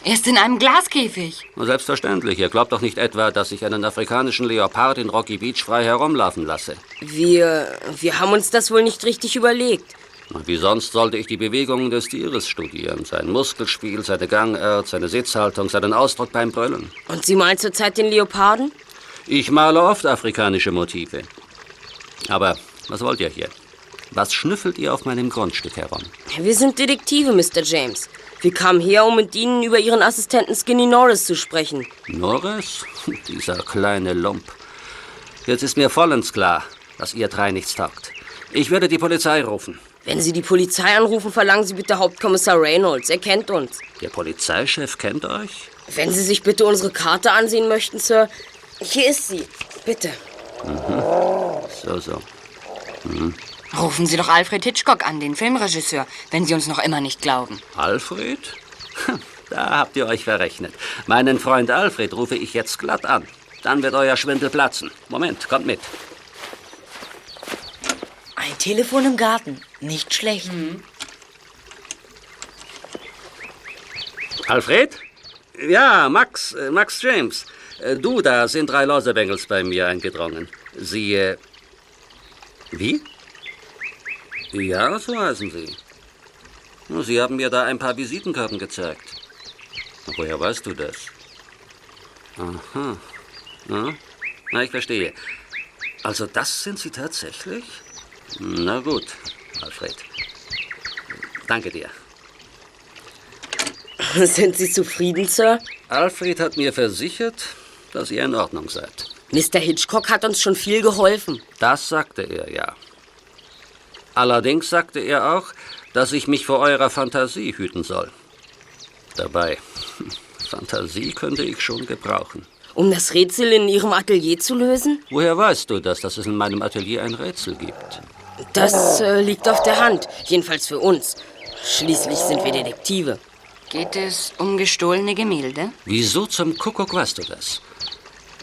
E: Er ist in einem Glaskäfig.
P: Und Selbstverständlich. Ihr glaubt doch nicht etwa, dass ich einen afrikanischen Leopard in Rocky Beach frei herumlaufen lasse.
B: Wir, wir haben uns das wohl nicht richtig überlegt.
P: Und wie sonst sollte ich die Bewegungen des Tieres studieren? Sein Muskelspiel, seine Gangart, seine Sitzhaltung, seinen Ausdruck beim Brüllen.
B: Und Sie malen zurzeit den Leoparden?
P: Ich male oft afrikanische Motive. Aber was wollt ihr hier? Was schnüffelt ihr auf meinem Grundstück herum?
B: Wir sind Detektive, Mr. James. Wir kamen her, um mit Ihnen über Ihren Assistenten Skinny Norris zu sprechen.
P: Norris? Dieser kleine Lump. Jetzt ist mir vollends klar, dass ihr drei nichts taugt. Ich werde die Polizei rufen.
B: Wenn Sie die Polizei anrufen, verlangen Sie bitte Hauptkommissar Reynolds. Er kennt uns.
P: Der Polizeichef kennt euch?
B: Wenn Sie sich bitte unsere Karte ansehen möchten, Sir. Hier ist sie. Bitte.
P: Mhm. So, so. Mhm.
E: Rufen Sie doch Alfred Hitchcock an, den Filmregisseur, wenn Sie uns noch immer nicht glauben.
P: Alfred? Da habt ihr euch verrechnet. Meinen Freund Alfred rufe ich jetzt glatt an. Dann wird euer Schwindel platzen. Moment, kommt mit.
G: Ein Telefon im Garten. Nicht schlecht.
E: Mhm.
P: Alfred? Ja, Max, äh, Max James. Äh, Du, da sind drei Lausebengels bei mir eingedrungen. Sie. Äh, wie? Ja, so heißen sie. Nun, Sie haben mir da ein paar Visitenkarten gezeigt. Na, Woher weißt du das? Aha. Ja, na, ich verstehe. Also, das sind Sie tatsächlich? Na gut, Alfred. Danke dir.
B: Sind Sie zufrieden, Sir?
P: Alfred hat mir versichert, dass ihr in Ordnung seid.
B: Mr. Hitchcock hat uns schon viel geholfen.
P: Das sagte er ja. Allerdings sagte er auch, dass ich mich vor eurer Fantasie hüten soll. Dabei, Fantasie könnte ich schon gebrauchen.
B: Um das Rätsel in Ihrem Atelier zu lösen?
P: Woher weißt du das, dass es in meinem Atelier ein Rätsel gibt?
B: Das äh, liegt auf der Hand. Jedenfalls für uns. Schließlich sind wir Detektive.
E: Geht es um gestohlene Gemälde?
P: Wieso zum Kuckuck weißt du das?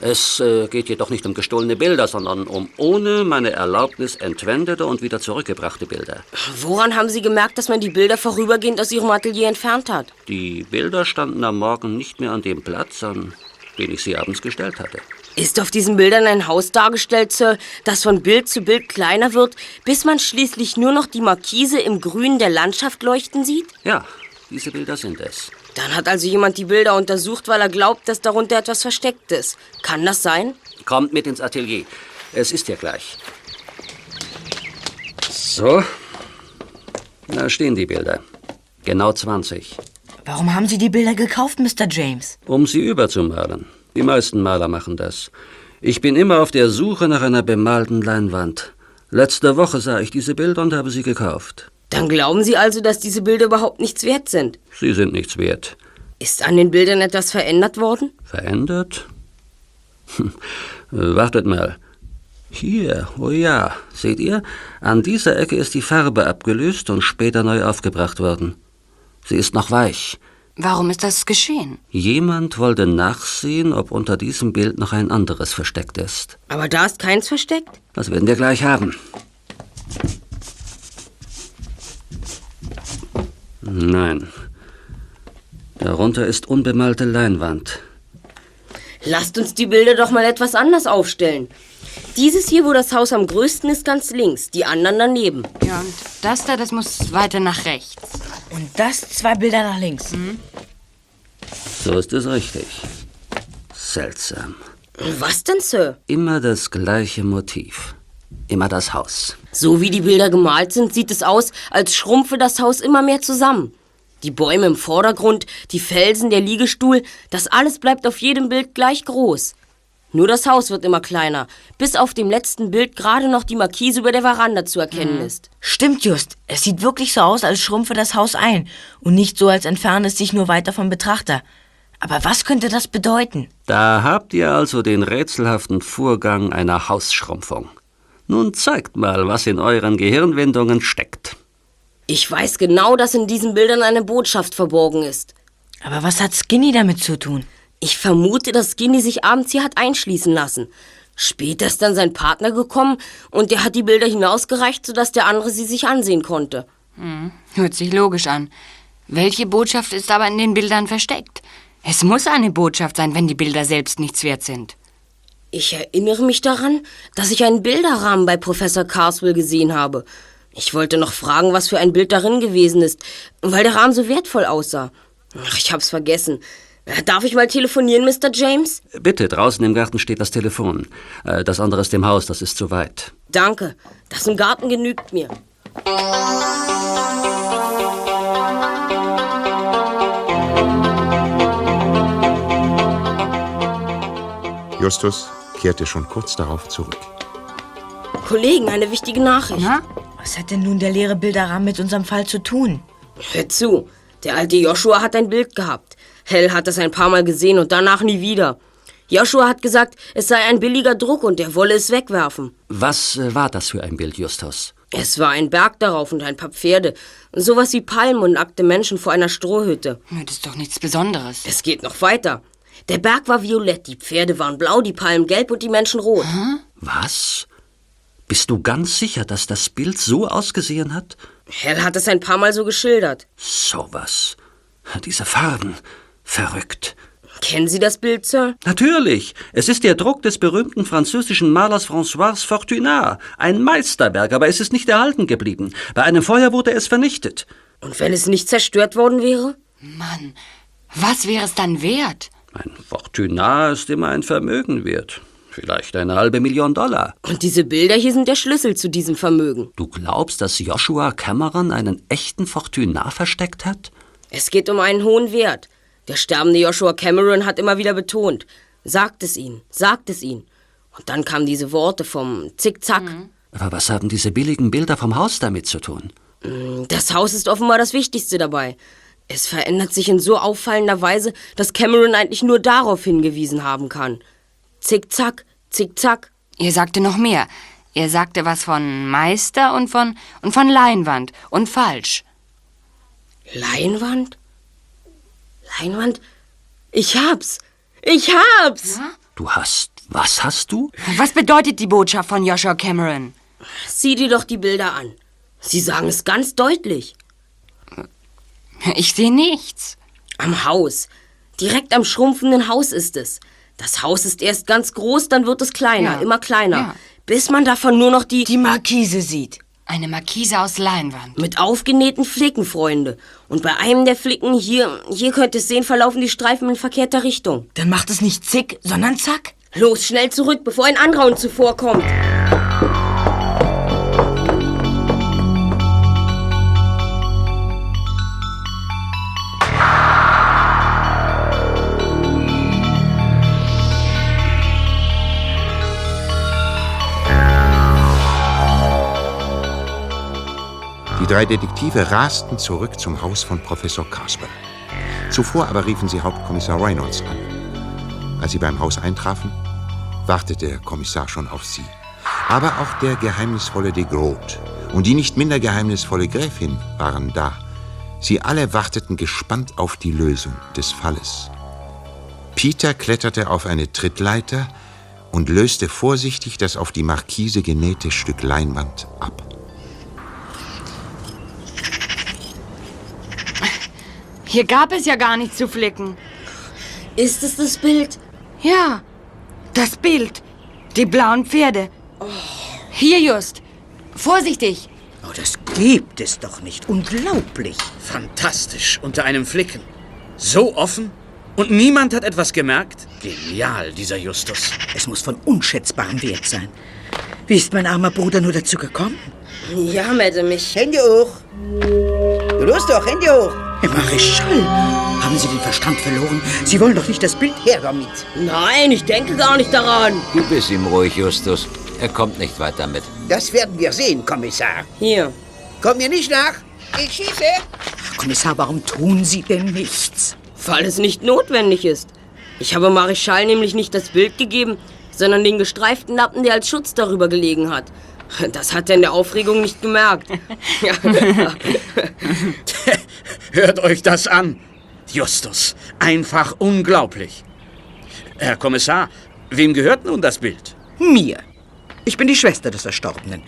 P: Es äh, geht jedoch nicht um gestohlene Bilder, sondern um ohne meine Erlaubnis entwendete und wieder zurückgebrachte Bilder.
B: Woran haben Sie gemerkt, dass man die Bilder vorübergehend aus Ihrem Atelier entfernt hat?
P: Die Bilder standen am Morgen nicht mehr an dem Platz, an den ich sie abends gestellt hatte.
B: Ist auf diesen Bildern ein Haus dargestellt, Sir, das von Bild zu Bild kleiner wird, bis man schließlich nur noch die Markise im Grün der Landschaft leuchten sieht?
P: Ja, diese Bilder sind es.
B: Dann hat also jemand die Bilder untersucht, weil er glaubt, dass darunter etwas versteckt ist. Kann das sein?
P: Kommt mit ins Atelier. Es ist ja gleich. So. Da stehen die Bilder. Genau 20.
G: Warum haben Sie die Bilder gekauft, Mr. James?
P: Um sie überzumalen. Die meisten Maler machen das. Ich bin immer auf der Suche nach einer bemalten Leinwand. Letzte Woche sah ich diese Bilder und habe sie gekauft.
B: Dann glauben Sie also, dass diese Bilder überhaupt nichts wert sind.
P: Sie sind nichts wert.
B: Ist an den Bildern etwas verändert worden?
P: Verändert? Hm, Wartet mal. Hier, oh ja, seht ihr? An dieser Ecke ist die Farbe abgelöst und später neu aufgebracht worden. Sie ist noch weich.
E: Warum ist das geschehen?
P: Jemand wollte nachsehen, ob unter diesem Bild noch ein anderes versteckt ist.
B: Aber da ist keins versteckt?
P: Das werden wir gleich haben. Nein. Darunter ist unbemalte Leinwand.
B: Lasst uns die Bilder doch mal etwas anders aufstellen. Dieses hier, wo das Haus am größten ist, ganz links, die anderen daneben.
E: Ja, und das da, das muss weiter nach rechts.
G: Und das zwei Bilder nach links.
E: Mhm.
P: So ist es richtig. Seltsam.
B: Was denn, Sir?
P: Immer das gleiche Motiv. Immer das Haus.
B: So wie die Bilder gemalt sind, sieht es aus, als schrumpfe das Haus immer mehr zusammen. Die Bäume im Vordergrund, die Felsen, der Liegestuhl, das alles bleibt auf jedem Bild gleich groß. Nur das Haus wird immer kleiner, bis auf dem letzten Bild gerade noch die Markise über der Veranda zu erkennen ist.
G: Stimmt, Just. Es sieht wirklich so aus, als schrumpfe das Haus ein und nicht so, als entferne es sich nur weiter vom Betrachter. Aber was könnte das bedeuten?
P: Da habt ihr also den rätselhaften Vorgang einer Hausschrumpfung. Nun zeigt mal, was in euren Gehirnwindungen steckt.
B: Ich weiß genau, dass in diesen Bildern eine Botschaft verborgen ist.
G: Aber was hat Skinny damit zu tun?
B: Ich vermute, dass Skinny sich abends hier hat einschließen lassen. Später ist dann sein Partner gekommen und der hat die Bilder hinausgereicht, sodass der andere sie sich ansehen konnte.
E: Hm, hört sich logisch an. Welche Botschaft ist aber in den Bildern versteckt? Es muss eine Botschaft sein, wenn die Bilder selbst nichts wert sind.
B: Ich erinnere mich daran, dass ich einen Bilderrahmen bei Professor Carswell gesehen habe. Ich wollte noch fragen, was für ein Bild darin gewesen ist, weil der Rahmen so wertvoll aussah. Ach, ich hab's vergessen. Äh, Darf ich mal telefonieren, Mr. James?
P: Bitte, draußen im Garten steht das Telefon. Äh, Das andere ist im Haus, das ist zu weit.
B: Danke. Das im Garten genügt mir.
H: Justus kehrte schon kurz darauf zurück.
B: Kollegen, eine wichtige Nachricht.
G: Was hat denn nun der leere Bilderrahmen mit unserem Fall zu tun?
B: Hör zu, der alte Joshua hat ein Bild gehabt. Hell hat es ein paar Mal gesehen und danach nie wieder. Joshua hat gesagt, es sei ein billiger Druck und er wolle es wegwerfen.
P: Was äh, war das für ein Bild, Justus?
B: Es war ein Berg darauf und ein paar Pferde. Sowas wie Palmen und nackte Menschen vor einer Strohhütte.
E: Das ist doch nichts Besonderes.
B: Es geht noch weiter. Der Berg war violett, die Pferde waren blau, die Palmen gelb und die Menschen rot.
P: Was? Bist du ganz sicher, dass das Bild so ausgesehen hat?
B: Hell hat es ein paar Mal so geschildert.
P: Sowas. Diese Farben. Verrückt.
B: Kennen Sie das Bild, Sir?
P: Natürlich. Es ist der Druck des berühmten französischen Malers François Fortunat. Ein Meisterwerk, aber es ist nicht erhalten geblieben. Bei einem Feuer wurde es vernichtet.
B: Und wenn es nicht zerstört worden wäre?
E: Mann, was wäre es dann wert?
P: Fortunat ist immer ein Vermögen wert. Vielleicht eine halbe Million Dollar.
B: Und diese Bilder hier sind der Schlüssel zu diesem Vermögen.
P: Du glaubst, dass Joshua Cameron einen echten Fortunat versteckt hat?
B: Es geht um einen hohen Wert. Der sterbende Joshua Cameron hat immer wieder betont. Sagt es ihnen, sagt es ihnen. Und dann kamen diese Worte vom Zickzack.
P: Aber was haben diese billigen Bilder vom Haus damit zu tun?
B: Mm, Das Haus ist offenbar das Wichtigste dabei. Es verändert sich in so auffallender Weise, dass Cameron eigentlich nur darauf hingewiesen haben kann. Zickzack, zickzack.
E: Ihr sagte noch mehr. Er sagte was von Meister und von, und von Leinwand und falsch.
B: Leinwand? Leinwand? Ich hab's! Ich hab's!
P: Du hast. Was hast du?
E: Was bedeutet die Botschaft von Joshua Cameron?
B: Sieh dir doch die Bilder an. Sie sagen es ganz deutlich.
E: Ich sehe nichts.
B: Am Haus. Direkt am schrumpfenden Haus ist es. Das Haus ist erst ganz groß, dann wird es kleiner,
E: Ja.
B: immer kleiner.
E: Ja.
B: Bis man davon nur noch die. Die
G: Markise sieht.
E: Eine Markise aus Leinwand.
B: Mit aufgenähten Flicken, Freunde. Und bei einem der Flicken hier, hier könnt ihr es sehen, verlaufen die Streifen in verkehrter Richtung.
G: Dann macht es nicht zick, sondern zack.
B: Los, schnell zurück, bevor ein anderer uns zuvorkommt.
H: Die drei Detektive rasten zurück zum Haus von Professor Casper. Zuvor aber riefen sie Hauptkommissar Reynolds an. Als sie beim Haus eintrafen, wartete der Kommissar schon auf sie. Aber auch der geheimnisvolle de Groot und die nicht minder geheimnisvolle Gräfin waren da. Sie alle warteten gespannt auf die Lösung des Falles. Peter kletterte auf eine Trittleiter und löste vorsichtig das auf die Markise genähte Stück Leinwand ab.
E: Hier gab es ja gar nichts zu flicken.
B: Ist es das Bild?
E: Ja, das Bild. Die blauen Pferde. Hier just. Vorsichtig.
J: Oh, das gibt es doch nicht. Unglaublich.
D: Fantastisch, unter einem Flicken. So offen und niemand hat etwas gemerkt? Genial, dieser Justus.
J: Es muss von unschätzbarem Wert sein. Wie ist mein armer Bruder nur dazu gekommen?
B: Ja, Madame, ich.
I: Hände hoch! Los doch, Hände hoch!
J: Herr Marischal, haben Sie den Verstand verloren? Sie wollen doch nicht das Bild
I: her damit.
B: Nein, ich denke gar nicht daran.
Q: Gib es ihm ruhig, Justus. Er kommt nicht weit damit.
I: Das werden wir sehen, Kommissar.
B: Hier.
I: Komm mir nicht nach. Ich schieße.
J: Kommissar, warum tun Sie denn nichts?
B: Weil es nicht notwendig ist. Ich habe Marischal nämlich nicht das Bild gegeben, sondern den gestreiften Lappen, der als Schutz darüber gelegen hat. Das hat er in der Aufregung nicht gemerkt. Ja.
D: Hört euch das an. Justus, einfach unglaublich. Herr Kommissar, wem gehört nun das Bild?
J: Mir. Ich bin die Schwester des Erstorbenen.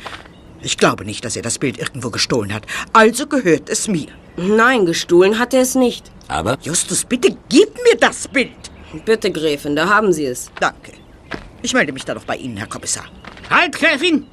J: Ich glaube nicht, dass er das Bild irgendwo gestohlen hat. Also gehört es mir.
B: Nein, gestohlen hat er es nicht.
Q: Aber?
J: Justus, bitte gib mir das Bild.
B: Bitte, Gräfin, da haben Sie es.
J: Danke. Ich melde mich dann noch bei Ihnen, Herr Kommissar.
M: Halt, Gräfin!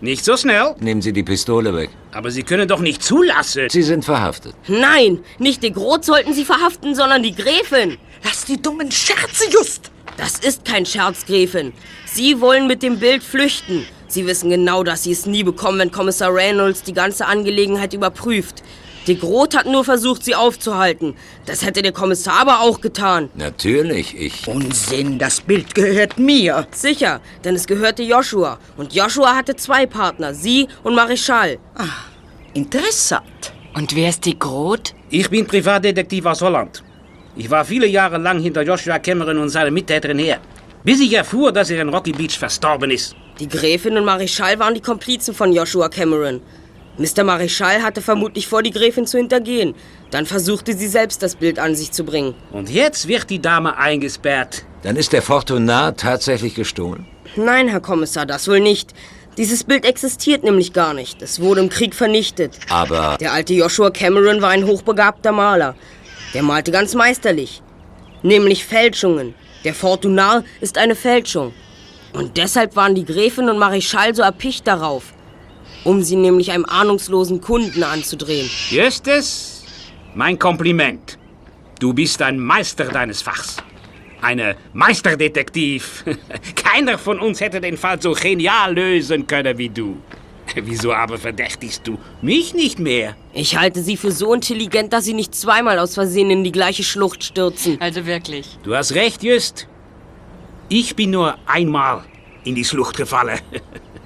M: Nicht so schnell.
Q: Nehmen Sie die Pistole weg.
M: Aber Sie können doch nicht zulassen.
Q: Sie sind verhaftet.
B: Nein, nicht die Groth sollten Sie verhaften, sondern die Gräfin.
J: Lass die dummen Scherze, Just.
B: Das ist kein Scherz, Gräfin. Sie wollen mit dem Bild flüchten. Sie wissen genau, dass sie es nie bekommen, wenn Kommissar Reynolds die ganze Angelegenheit überprüft. De Groot hat nur versucht, sie aufzuhalten. Das hätte der Kommissar aber auch getan.
Q: Natürlich, ich.
J: Unsinn, das Bild gehört mir.
B: Sicher, denn es gehörte Joshua. Und Joshua hatte zwei Partner, sie und Marischal.
J: Ah, interessant.
M: Und wer ist die Groth? Ich bin Privatdetektiv aus Holland. Ich war viele Jahre lang hinter Joshua Cameron und seiner Mittäterin her, bis ich erfuhr, dass er in Rocky Beach verstorben ist.
B: Die Gräfin und Marischal waren die Komplizen von Joshua Cameron. Mr. Marischal hatte vermutlich vor, die Gräfin zu hintergehen. Dann versuchte sie selbst, das Bild an sich zu bringen.
M: Und jetzt wird die Dame eingesperrt.
Q: Dann ist der Fortunat tatsächlich gestohlen.
B: Nein, Herr Kommissar, das wohl nicht. Dieses Bild existiert nämlich gar nicht. Es wurde im Krieg vernichtet.
Q: Aber
B: Der alte Joshua Cameron war ein hochbegabter Maler. Der malte ganz meisterlich. Nämlich Fälschungen. Der Fortunar ist eine Fälschung. Und deshalb waren die Gräfin und Marischal so erpicht darauf. Um sie nämlich einem ahnungslosen Kunden anzudrehen.
M: Justus, mein Kompliment. Du bist ein Meister deines Fachs. Eine Meisterdetektiv. Keiner von uns hätte den Fall so genial lösen können wie du. Wieso aber verdächtigst du mich nicht mehr?
B: Ich halte sie für so intelligent, dass sie nicht zweimal aus Versehen in die gleiche Schlucht stürzen.
E: Also wirklich.
M: Du hast recht, Just. Ich bin nur einmal in die Schlucht gefallen.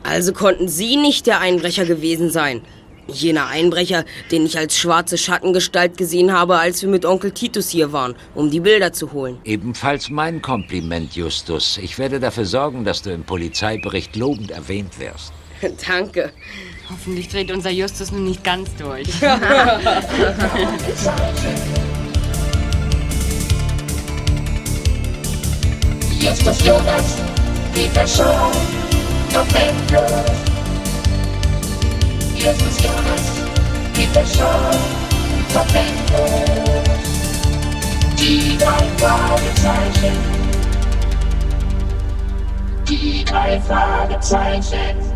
B: Also konnten Sie nicht der Einbrecher gewesen sein. Jener Einbrecher, den ich als schwarze Schattengestalt gesehen habe, als wir mit Onkel Titus hier waren, um die Bilder zu holen.
Q: Ebenfalls mein Kompliment, Justus. Ich werde dafür sorgen, dass du im Polizeibericht lobend erwähnt wirst.
B: Danke.
E: Hoffentlich dreht unser Justus nun nicht ganz durch.
A: Justus Jonas, die Person, doch Bände. Justus Jonas, die Person, doch Bände. Die drei Fragezeichen. Die drei Fragezeichen.